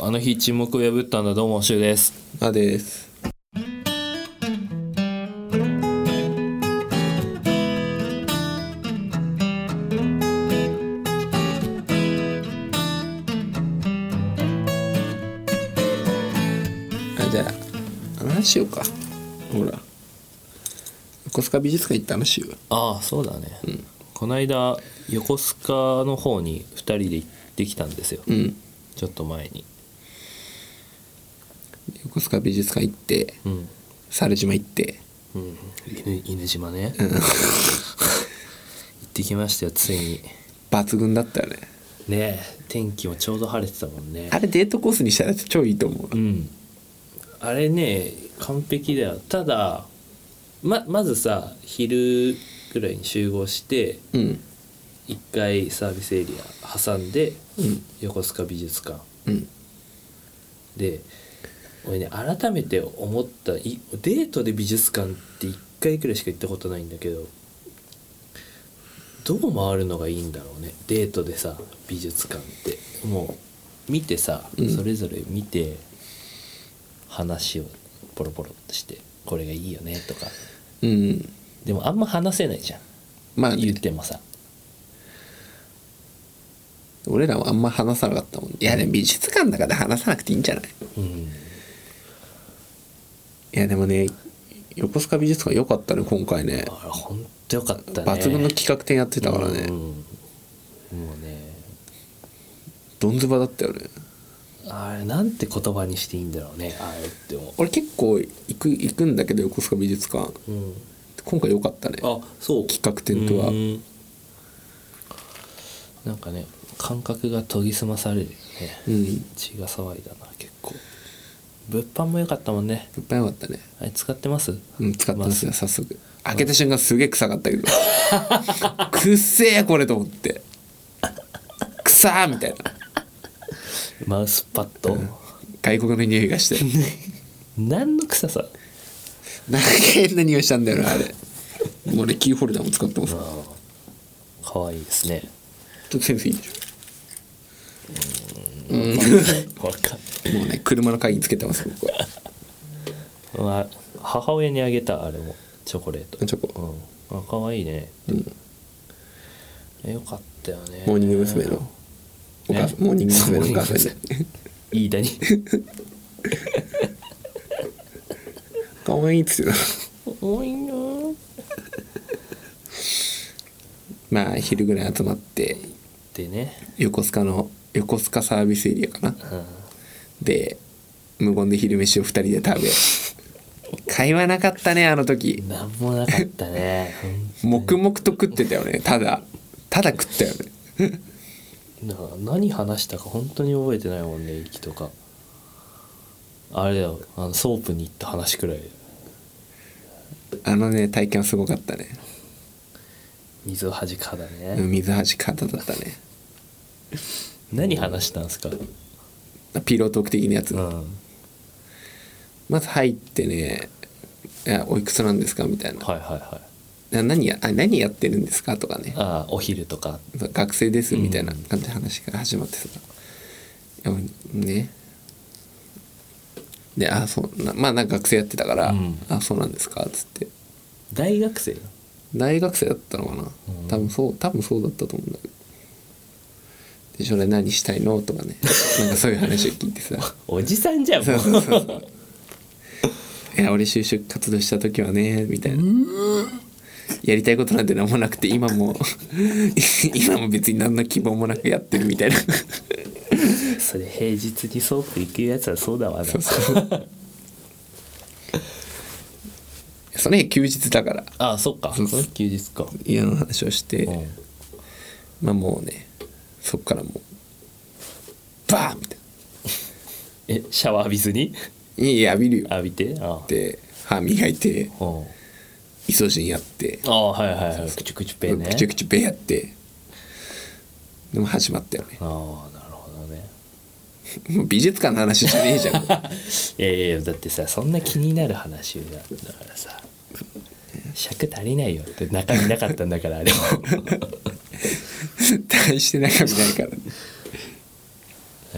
あの日沈黙を破ったんだどうもシュウですあです。あ、じゃあ、あの話しようか。ほら。横須賀美術館行った話しよう。ああそうだね、この間横須賀の方に2人で行ってきたんですよ、うん。ちょっと前に横須賀美術館行って、うん、猿島行って。うん、犬犬島ね、行ってきましたよついに 抜群だったよね。ねえ天気もちょうど晴れてたもんねあれデートコースにしたら超いいと思うう。んあれね完璧だよただままずさ昼ぐらいに集合してうん。一回サービスエリア挟んでうん。横須賀美術館うん。で俺ね改めて思ったいデートで美術館って1回くらいしか行ったことないんだけどどう回るのがいいんだろうねデートでさ美術館ってもう見てさ、うんそれぞれ見て話をポロポロっとしてこれがいいよねとかうん。でもあんま話せないじゃんまあ、言ってもさ俺らはあんま話さなかったもん。いや、でも美術館だから話さなくていいんじゃないいうんや、でもね、横須賀美術館良かったね、今回ねあ。らほんとよかったね抜群の企画展やってたからね、うんもうねどんずばだったよね。あれなんて言葉にしていいんだろうねあれって思俺結構行く行くんだけど、横須賀美術館。う、うん、今回良かったね。あそう企画展とはうんなんかね感覚が研ぎ澄まされるよね、うん。血が騒いだな結構物販も良かったもんねいっぱい良かったね。あれ使ってますうん、使ってますよ、早速。開けた瞬間すげえ臭かったけ ど。くっせえ、これと思って。臭ーみたいな。マウスパッド、外国の匂いがして。何の臭さなんか変な匂いしたんだよなあれもうねキーホルダーも使ってますちょ可愛いですねっとセンスいいでし わかんょもうね車の鍵につけてます僕はない、まあ、母親にあげたあれもチョコレートチョコうん、あ可愛いね、よかったよねモーニング娘。のお母さんねモーニング娘。のお母さんそにういいだに「かわいい」っつってた多いなーまあ昼ぐらい集まってでね、横須賀の横須賀サービスエリアかなうん、で無言で昼飯を2人で食 べ会話なかったねあの時なんもなかったね 黙々と食ってたよねただただ食ったよねな何話したか本当に覚えてないもんね息とかあれだよあのソープに行った話くらいあのね体験はすごかったね水をはじかだね、うん水橋方だったね何話したんすかピロートーク的なやつ、うんまず入ってね「いやおいくつなんですか?」みたいなはいはいはい「な何やあ何やってるんですか?」とかねああお昼とか「学生です」みたいな感じで話が始まってさ、いやねで「あそうなまあなんか学生やってたから、うんあそうなんですか?」っつって大学生大学生だったのかな、うん多分そう多分そうだったと思うんだけどで将来何したいのとかね なんかそういう話を聞い てさおじさんじゃんもそううそうそうそう。いや俺就職活動した時はねみたいな。やりたいことなんて何もなくて今も 今も別に何の希望もなくやってるみたいな。 それ平日にソープ行くやつはそうだわなそうそう。その日休日だからああそっかそそうれそう休日か、家の話をして、うんまあもうねそっからもうバーンみたいえシャワー浴びずにな。いや浴びるよっ浴びてああて歯磨いてうんイソジンやって。ああはいはいはいクチュクチュペイねくちゅくちゅペやってでも始まったよねああなるほどねもう美術館の話じゃねえじ ゃんいやいやいやだってさそんな気になる話だだからさ尺足りないよって中身なかったんだから あれも大して中身ないから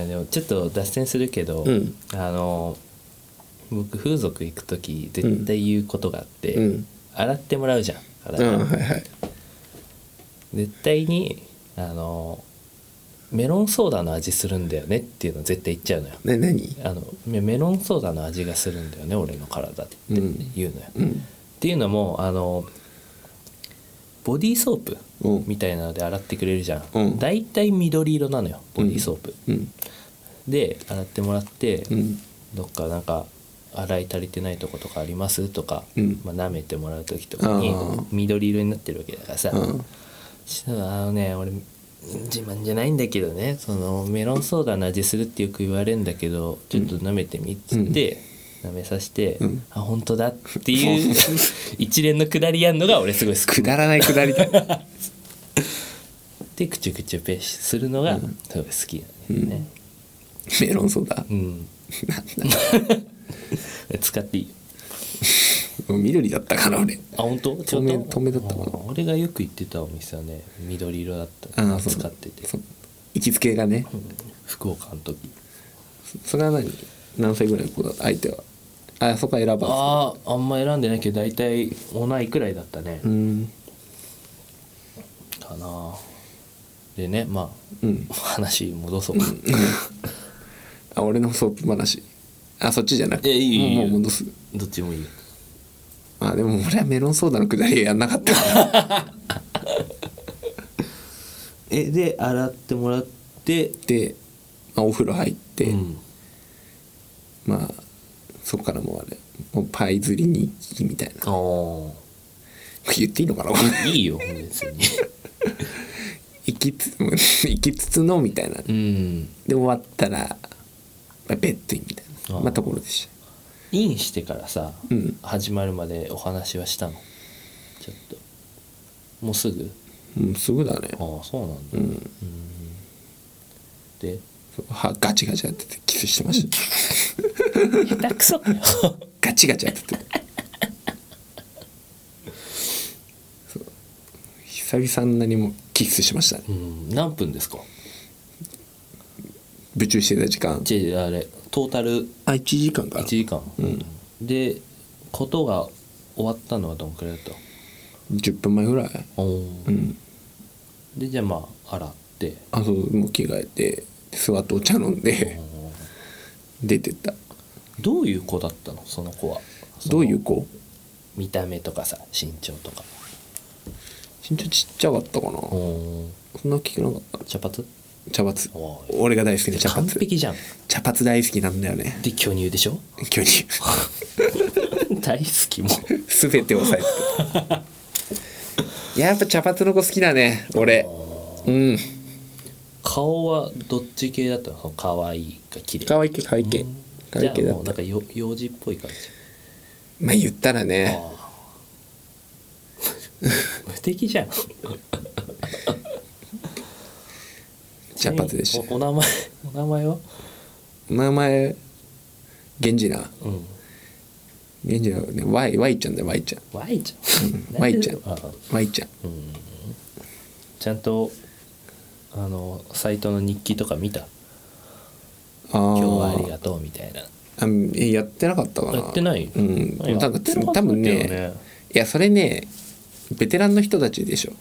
あでもちょっと脱線するけど、うんあの僕風俗行く時絶対言うことがあって、うん洗ってもらうじゃんう体、んはいはい絶対にあのメロンソーダの味するんだよねっていうの絶対言っちゃうのよな何あのメメロンソーダの味がするんだよね俺の体ってうん言うのよ、うっんていうのもあのボディーソープうんみたいなので洗ってくれるじゃん、うんだいたい緑色なのよボディーソープ、うんで洗ってもらって、うんどっかなんか洗い足りてないとことかありますとか、うんまあ、舐めてもらう時とかにあー緑色になってるわけだからさ、うんちょっとあのね俺自慢じゃないんだけどねそのメロンソーダの味するってよく言われるんだけどちょっと舐めてみっつって、舐めさせて、うんあ本当だっていう一連のくだりやんのが俺すごい好きくだらないくだりだ でクチュクチュペシするのがすごい好きなんだよね、メロンソーダうん、使っていいよもう緑だったから俺あ本当透明違った透明だったかなあ俺がよく行ってたお店はね緑色だったああそう使っててそう行きつけがねうん福岡の時そそれは何何歳ぐらいの子だった相手はあそこは選ばあああんま選んでないけど大体同いくらいだったね、ずうんかなでねまうんあ話戻そうかあ俺のソープ話あそっちじゃなくいてやいいよいいよもうもう戻すどっちもいいよあでも俺はメロンソーダのくだりはやんなかったからえで洗ってもらってで、まあ、お風呂入って、うん、まあそこからもうあれもうパイ釣りに行きみたいなあー言っていいのかなこれいいよ別に 行きつ行きつつのみたいなうんで終わったら、まあ、ベッドインみたいなああまあ、ところでしインしてからさ、うん始まるまでお話はしたのちょっともうすぐたうんすぐだねああそうなんだ、うんでそう歯ガチガチやっててキスしてました下手くそガチガチやっててそう久々に何もキスしましたね うん何分ですか部中してた時間じゃああれトータルあ1時間か1時間、うんでことが終わったのはどんくらいだった10分前ぐらいおーうんでじゃあまあ洗ってあそうもう着替えて座ってお茶飲んでおー出てったどういう子だったのその子はそのどういう子見た目とかさ身長とか身長ちっちゃかったかなおおそんな大きくなかった茶髪茶髪おい俺が大好きな茶完髪璧じゃん茶髪大好きなんだよねで巨乳で しょ巨人大好きもう全てを抑えて やっぱ茶髪の子好きだね俺うん顔はどっち系だったのその可愛いか綺麗可愛い系可愛い系可愛い系じゃだあもっうなたんかよ幼児っぽい感じまあ言ったらねあー無敵じゃん茶髪でしちなみにおたお名前お名前は名前源氏なうん源氏なね Y, y ちゃんだよ Y ちゃん Y ちゃ ん Y ちゃんなんであ Y ちゃんちゃんとあのサイトの日記とか見た「あ今ー日はありがとう」みたいなあえやってなかったかなやってないうんや多ってなかっ分た多よ分ねねいやそれねベテランの人たちでしょ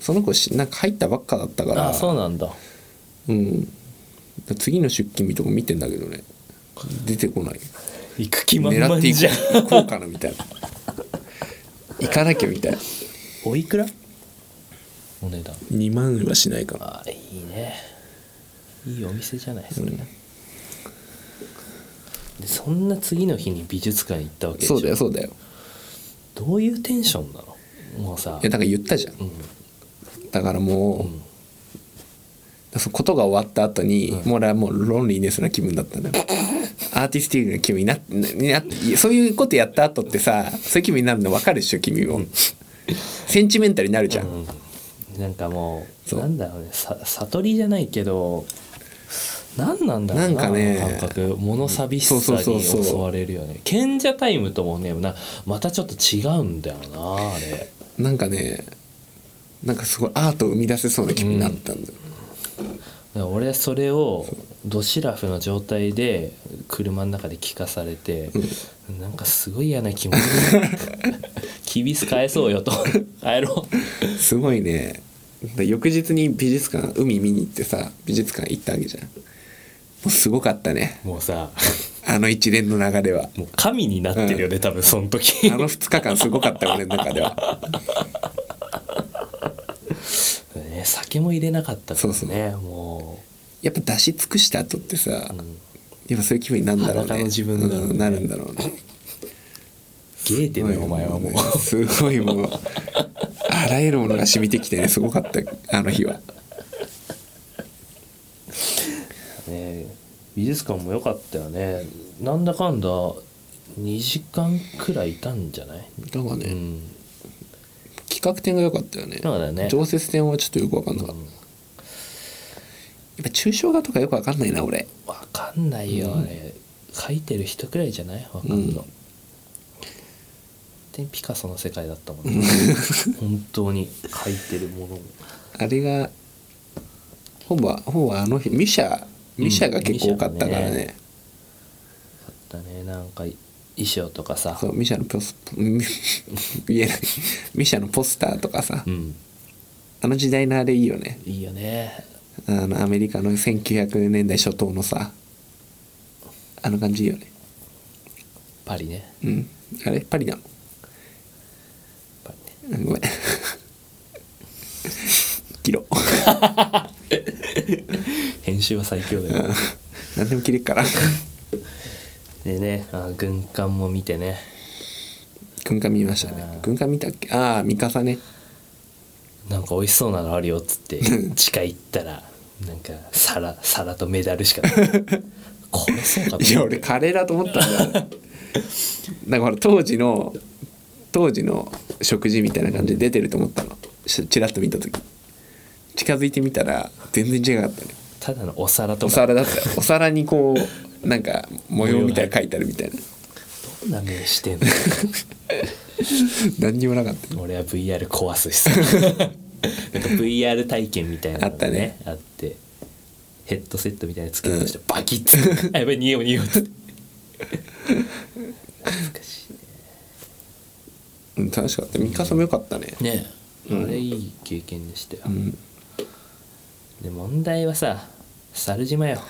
その子しなんか入ったばっかだったからあそうなんだうん次の出勤日とか見てんだけどね出てこない行く気満狙々っていじゃんこう行こうかなみたいな行かなきゃみたいなおいくらお値段2万はしないかなあいいねいいお店じゃないそれ、でそんな次の日に美術館行ったわけでしょそうだよそうだよどういうテンションなのもうさいやだから言ったじゃんうんだからもう、うんそのことが終わった後に、うんもう俺はもうロンリーネスな気分だったのよアーティスティックな気分になってななそういうことやった後ってさそういう気分になるの分かるでしょ君もセンチメンタルになるじゃん、うん、なんかもうそうなんだろうねさ悟りじゃないけど何なんだろうななんかねあの感覚物寂しさそうそうにそうそ襲うわれるよね賢者タイムともねなまたちょっと違うんだよなあれなんかねなんかすごいアートを生み出せそうな気分になったんだよ、から俺それをドシラフの状態で車の中で聞かされて、なんかすごい嫌な気持ち キビス返そうよと帰ろすごいねだ翌日に美術館海見に行ってさ美術館行ったわけじゃんもうすごかったねうもうさあの一連の流れはもう神になってるよね、多分その時あの2日間すごかった俺の中ではね酒も入れなかったからねそうそもやっぱ出し尽くした後ってさ、う、うん、やっぱそういう気分になるんだろうね裸の自分だろうねんなるんだろうねゲーテのお前はもうすごいもうあらゆるものが染みてきてねすごかったあの日はね美術館も良かったよねなんだかんだ2時間くらいいたんじゃない、だからね、うん、企画展が良かったよねそうだね常設展はちょっとよく分かんなかった、うんやっぱ抽象画とかよく分かんないな俺わかんないよ、うんあれ書いてる人くらいじゃないわかんの、うんでピカソの世界だったもんね本当に書いてるものもあれがほぼほぼあの日ミシャミシャが結構多かったからミシャね,、がねあったねなんか衣装とかさそうミシャのポス 言えないミシャのポスターとかさ、うんあの時代のあれいいよねいいよねあのアメリカの1900年代初頭のさあの感じいいよねパリねうんあれパリなのパリねうん ごめん切ろう編集は最強だよ、うん何でも切れっから でねあ軍艦も見てね軍艦見ましたね軍艦見たっけああ三笠ねなんか美味しそうなのあるよっつ って地下行ったらなんか皿皿とメダルし かない殺そうかと思ったいや俺カレーだと思ったんだ よなんかほら当時の当時の食事みたいな感じで出てると思ったのしチラッと見た時近づいてみたら全然違かったねただのお皿とおか皿だ ったよお皿にこうなんか模様みたいなの書いてあるみたいなどんな目してんの 何にもなかった俺は VR 壊す しさなんか VR 体験みたいなのがあったねあってヘッドセットみたいなのつけてまして、バキッつってあやばい匂い匂い つって懐かしうん楽しかった三笠も良かったねいねえ、うんあれいい経験でしたよ、うん、で問題はさ猿島よ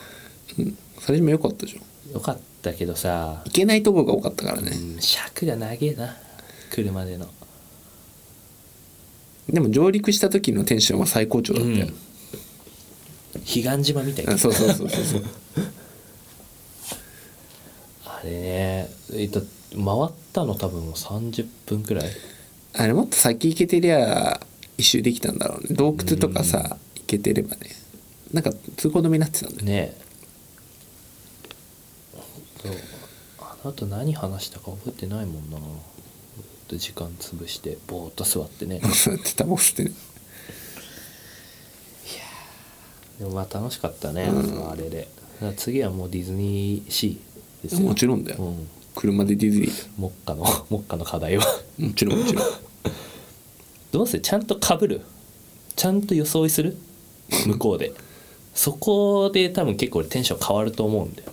うん、それも良かったじゃんよかったけどさ行けないとこが多かったからね、うん尺が長えな車でのでも上陸した時のテンションは最高潮だったよ、彼岸島みたいあなそうそうそうそ うそうあれねえっと回ったの多分もう30分くらいあれもっと先行けてりゃ一周できたんだろうね洞窟とかさ行けてればねなんか通行止めになってたんだよねえほんとあの後何話したか覚えてないもんなほんと時間潰してぼーっと座ってねそうやってタバコ吸ってねでもまあ楽しかったね、うんあれでだから次はもうディズニーシーですよもちろんだよ、うん車でディズニー目下の 目下の課題はだもちろんも ちろんどうせちゃんとかぶるちゃんと装いする向こうでそこで多分結構俺テンション変わると思うんだよ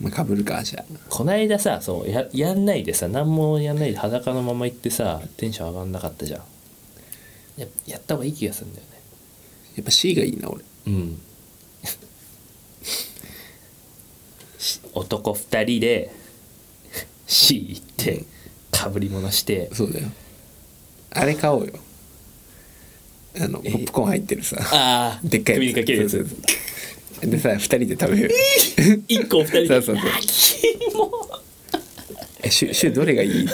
まあかぶるかじゃあこないださそうややんないでさ何もやんないで裸のまま行ってさテンション上がんなかったじゃんややった方がいい気がするんだよねやっぱ C がいいな俺うんし男2人で C 行ってかぶり物してそうだよあれ買おうよあのポップコーン入ってるさああでっかい首にかけるやつそうそうそうでさ2人で食べ る1個2人でそうそうそうあキモえシュシュどれがいいって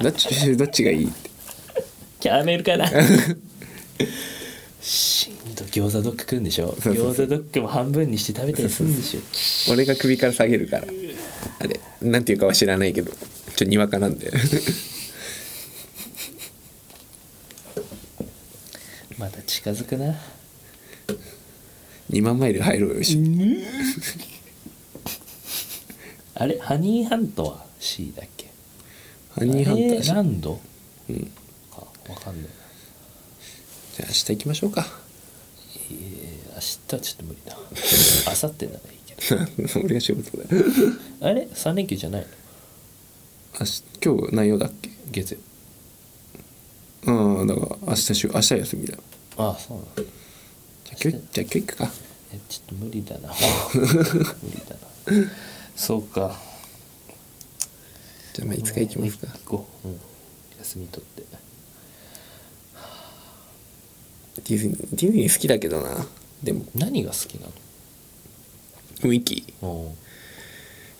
どっちシュどっちがいいってキャラメルかなしんど餃子ドッグ食うんでしょそうそうそ餃う子ドッグも半分にして食べたりするんでしょ俺が首から下げるからあれなんていうかは知らないけどちょっとにわかなんで また近づくな2万マイル入ろうよしあれハニーハントは C だっけハニーハンターしあれランドうん、かわかんないじゃあ明日行きましょうかえー明日はちょっと無理だ 明後日ならいいけ 俺が仕事だどあれ3連休じゃないの明日今日内容だっけ月曜うんだから明日し明日休みだああそうなんだじゃあ今日じゃあ今日行くかえちょっと無理だな 無理だなそうかじゃあまあいつか行きますか行こう、うん、休み取ってディズニーディズニー好きだけどなでも何が好きな雰囲気の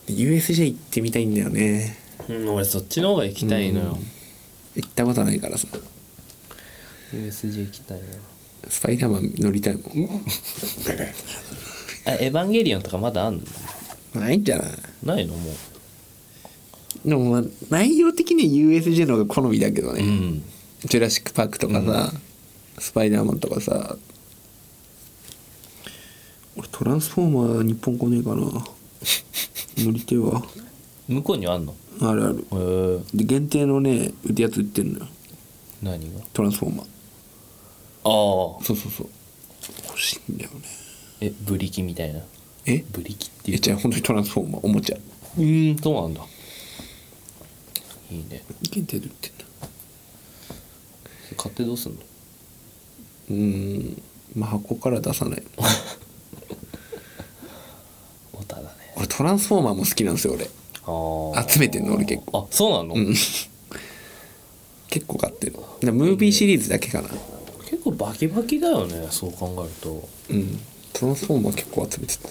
USJ 行ってみたいんだよねうん俺そっちの方が行きたいのよ、行ったことないからさ USJ 行きたいなスパイダーマン乗りたいも んあエヴァンゲリオンとかまだあんのないんじゃないないのもうでもまあ内容的には USJ の方が好みだけどね、んジュラシック・パークとかさ、スパイダーマンとかさ俺トランスフォーマー日本来ねえか な乗りてえわ向こうにはあんのあるあるへえで限定のね売ってやつ売ってんのよ何がトランスフォーマーああそうそうそう欲しいんだよねえブリキみたいなえブリキってえいうじゃあ本当にトランスフォーマーおもちゃうーんそうなんだいいね限定で売ってんだ買ってどうすんのうーんまあ箱から出さ ないオタだね俺トランスフォーマーも好きなんですよ俺あ集めてんの俺結構あそうなの、うん結構買ってるだからムービーシリーズだけかな結構バキバキだよねそう考えるとうんトランスフォーマー結構集めてた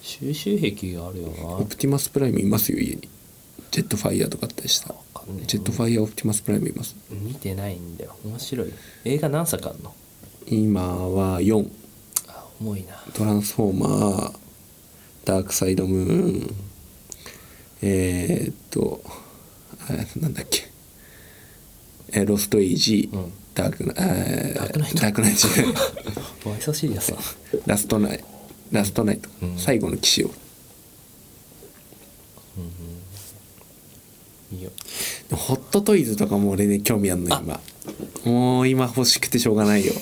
収集癖があるよなオプティマスプライムいますよ家にジェットファイヤーとかあったりしたかんねえジェットファイヤーオプティマスプライムいます見てないんだよ面白い映画何作あんの今は4あ重いなトランスフォーマーダークサイドムーンえー、っとあなんだっけえーロストエイジ、うんダークナえーダークナイトダークナイトじゃないお久しいやさラストナイラストナイト、うん最後の騎士をいいよホットトイズとかも俺ね興味あんの今もう今欲しくてしょうがないよ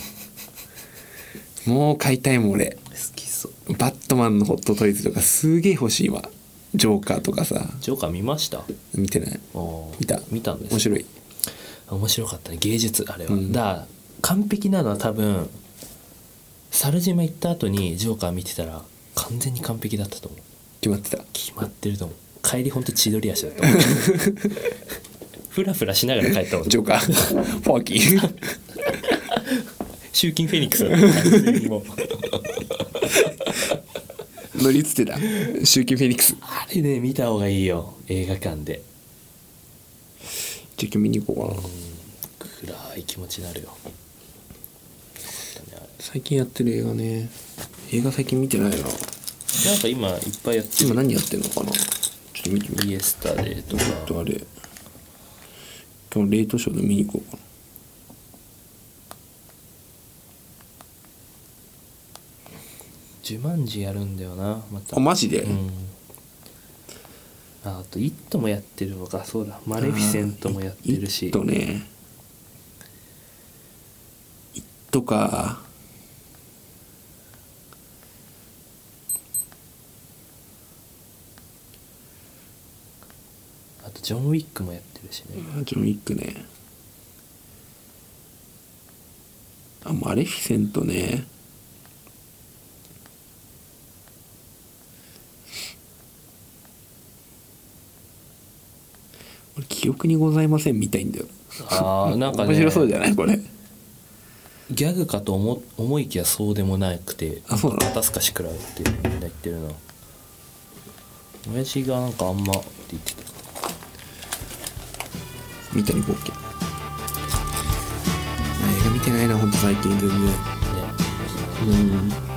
もう買いたいもん俺好きそうバットマンのホットトイズとかすげえ欲しい今ジョーカーとかさジョーカー見ました見てないお見た見たんです面白い面白かったね芸術あれは、うんだから完璧なのは多分猿島行った後にジョーカー見てたら完全に完璧だったと思う決まってた決まってると思う帰りほんと千鳥足だった もんフラフラしながら帰ったもんジョーカー フォーキー集金フェニック スだった完全にもう乗りつってた集金フェニックスあれね見た方がいいよ映画館でじゃあ今日見に行こうかな暗い気持ちになるよよかったねあ最近やってる映画ね映画最近見てないなれなんか今いっぱいやってる今何やってんのかなちょっと見てみイエスタデーとちょっとかあれ今日レートショーで見に行こうかジュマンジやるんだよなまたなあマジで、うんああと「イット!」もやってるのかそうだ「マレフィセント」もやってるイしットねイットかあと「ジョン・ウィック」もやってるしねジョン・ウィックねあマレフィセントね俺記憶にございませんみたいんだよああなんかね面白そうじゃないこれギャグかと思思いきやそうでもなくてあそうなの肩すかし食らうってみんな言ってるな親父がなんかあんまって言ってた三谷幸喜映画見てないなほんと最近全然ねうん